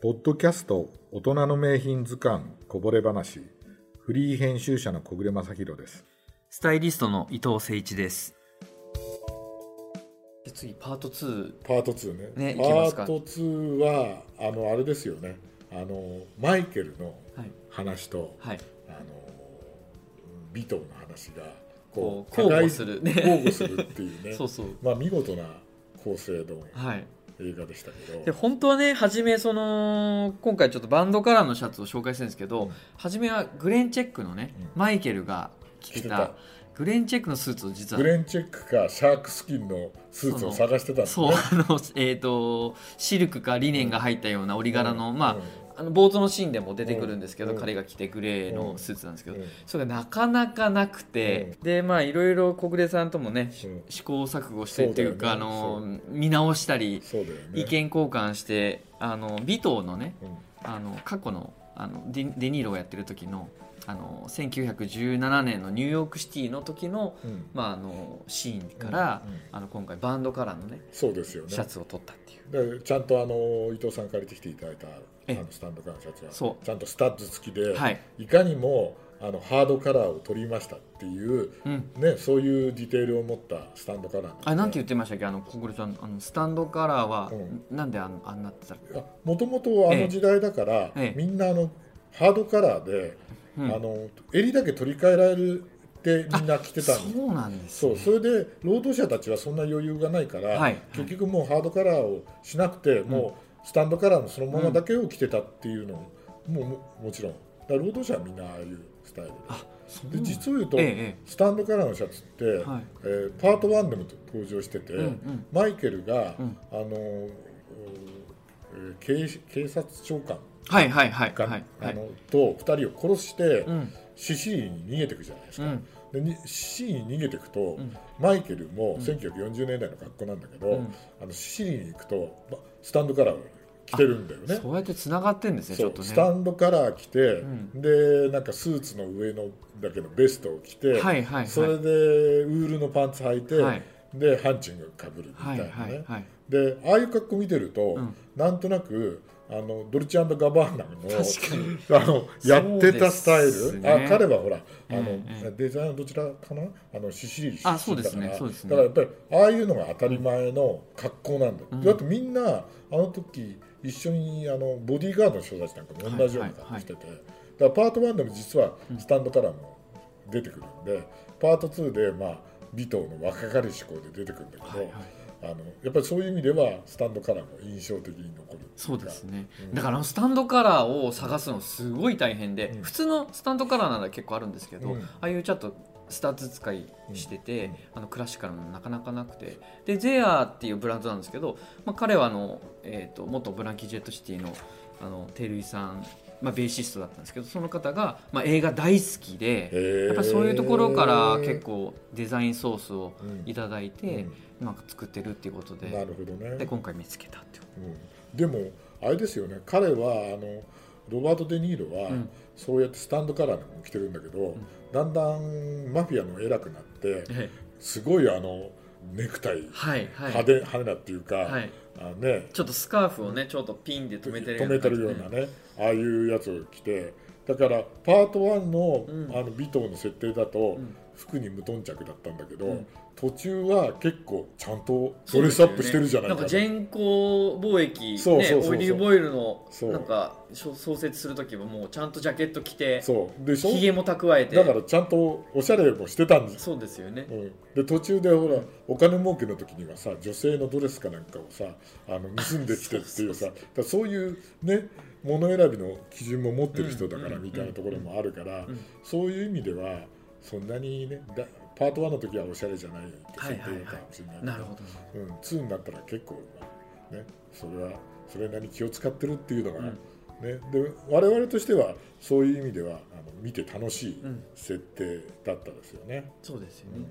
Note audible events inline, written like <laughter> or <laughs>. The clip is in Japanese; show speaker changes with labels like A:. A: ポッドキャスト大人の名品図鑑こぼれ話フリー編集者の小暮正弘です
B: スタイリストの伊藤誠一です。で次パート2。
A: パート2ね
B: ね
A: パ
B: いきます
A: ー
B: か
A: ト2はあのあれですよねあのマイケルの
B: はい
A: 話と、
B: はい。
A: あのビトの話が
B: こう交互する
A: 互
B: ね
A: い交互するっていうね
B: <laughs> そうそう。
A: まあ見事な構成の
B: はい。
A: 映画でしたけど
B: で本当はね初めその今回ちょっとバンドカラーのシャツを紹介してるんですけ
A: う
B: ど、
A: ん
B: 初めはグレンチェックのね、
A: うん
B: マイケルが着て
A: 着て
B: た
A: た
B: グレンチェックのスーツを実は
A: グレンチェックかシャークスキンのスーツを探してたんです
B: そう
A: ね
B: あのえっ、とシルクかリネンが入ったような折り柄の、
A: うん
B: まああの冒頭のシーンでも出てくるんですけど、
A: うん
B: 彼が着てグレーのスーツなんですけ
A: う
B: ど、
A: んうん
B: それがなかなかなくて、でまあいろいろ小暮さんともね
A: うん
B: 試行錯誤してっていう
A: そ
B: か
A: う
B: あ
A: だよね
B: の見直したり、
A: そうだよね
B: 意見交換してあの尾藤のね
A: うん
B: あの過去のあのディデニーロがやってる時のあの1917年のニューヨークシティの時の,、
A: うん
B: まあ、あのシーンから、
A: うんうん
B: あの今回バンドカラーのね
A: そうですよね
B: シャツを撮ったっていう。
A: でちゃんとあの伊藤さん借りてきていただいた
B: え
A: あのスタンドカラーのシャツは
B: そう
A: ちゃんとスタッズ付きで、
B: はい
A: いかにもあのハードカラーを取りましたっていう、
B: うん
A: ね、そういうディテールを持ったスタンドカラー
B: あれなんて
A: い
B: 言ってましたっけあの小暮さんあのスタンドカラーは、
A: うん
B: なんであんあんなってたの
A: うもともとあの時代だから、
B: ええ
A: みんなあのハードカラーで、
B: うん
A: あの襟だけ取り替えられてみんな着てたんです
B: そうなんです、
A: そ
B: ね、
A: うそれで労働者たちはそんな余裕がないから、
B: はい
A: 結局もうハードカラーをしなくて、もうスタンドカラーのそのままだけを着てたっていうのも,、ももちろんだから労働者はみんなああいうスタイルで
B: あそう
A: で実を言うと、
B: ええええ
A: スタンドカラーのシャツって、
B: はい
A: えーパート1でも登場してて、
B: うんうん
A: マイケルが、
B: うん
A: あのーえー警警察長官
B: はいはいはい
A: か、
B: はいは
A: あ
B: い
A: のと2人を殺して、
B: うん
A: シシリに逃げていくじゃないですか、
B: うん
A: でにシシリに逃げていくと、
B: ん
A: マイケルも1940年代の格好なんだけど、
B: うん
A: あのシシリに行くとばスタンドカラーを着てるんだよね。
B: そうやってつながってんですねち
A: そ
B: ょ
A: う
B: っとね
A: スタンドカラー着て、
B: ん
A: でなんかスーツの上のだけのベストを着て、
B: はいはいはい
A: それでウールのパンツ履いて、
B: はい
A: でハンチングかぶるみた
B: はいい
A: な
B: は
A: ね、
B: いはい
A: でああいう格好見てると、
B: うん
A: なんとなくあのドルチアンドガバーナの
B: 確かに
A: あのやってたスタイ
B: そうです
A: ル、
B: ね
A: あ彼はほらあの、
B: ええ
A: デザインはどちらかなあのシシリ出身だから
B: あそうですねそうですね
A: だからやっぱりああいうのが当たり前の格好なんだよ、
B: うん
A: だってみんなあの時一緒にあのボディーガードの人たちなんかも同じような格好してて、だからパート1でも実はスタンドカラーも出てくるんで、パート2でまあ尾藤の若かりし子で出てくるんだけど、
B: はいはい
A: あのやっぱりそういう意味ではスタンドカラーも印象的に残る
B: そうですね、
A: うん
B: だからあのスタンドカラーを探すのすごい大変で、
A: うん
B: 普通のスタンドカラーなら結構あるんですけど、
A: うん
B: ああいうちょっとスタッツ使いしてて、
A: うんうん
B: あのクラシカルなのなかなかなくてでゼアっていうブランドなんですけど、まあ、彼はあの、えー、と元ブランキー・ジェット・シティのあのテルイさん、まあ、ベーシストだったんですけどその方が、まあ、映画大好きで
A: や
B: やっぱりそういうところから結構デザインソースをいただいて、うまく作ってるっていうことで
A: なるほどね
B: で今回見つけたっていう。
A: うん、でもあれですよね彼はあのロバート・デ・ニーロは、
B: うん
A: そうやってスタンドカラーのも着てるんだけど、だんだんマフィアの偉くなってすごいあのネクタイ
B: はいはい、
A: 派手派手なっていうか、
B: はい、
A: あのね
B: ちょっとスカーフをねちょっとピンで止めてる
A: 止めてるようなねああいうやつを着てだからパート1の,、
B: うん
A: あの尾藤の設定だと、
B: うん
A: 服に無頓着だったんだけど、
B: うん
A: 途中は結構ちゃんとドレスアップしてるじゃない
B: か、
A: か
B: ね、なんかジェンコ貿易
A: そう
B: ね
A: そうそうそう
B: オイリーボイルの
A: そう
B: なんかしょ創設する時ももうちゃんとジャケット着て
A: そうでしょ
B: ひげも蓄えて
A: だからちゃんとおしゃれもしてたんです、
B: そうですよね
A: うん、で途中でほらお金儲けの時にはさ女性のドレスかなんかをさあの盗んできてっていう
B: <laughs>
A: さだからそういうね物選びの基準も持ってる人だから
B: うん
A: みたいなところもあるから、
B: ん
A: そういう意味ではそんなにねだパート1の時はおしゃれじゃないって
B: はいはいは
A: 設
B: い
A: 定かもしれないけ
B: なるほど
A: うん、2になったら結構、ね、それはそれなりに気を使ってるっていうのが、
B: うん
A: ね、で我々としてはそういう意味ではあの見て楽しい
B: うん
A: 設定だったですよね。
B: そうですよね、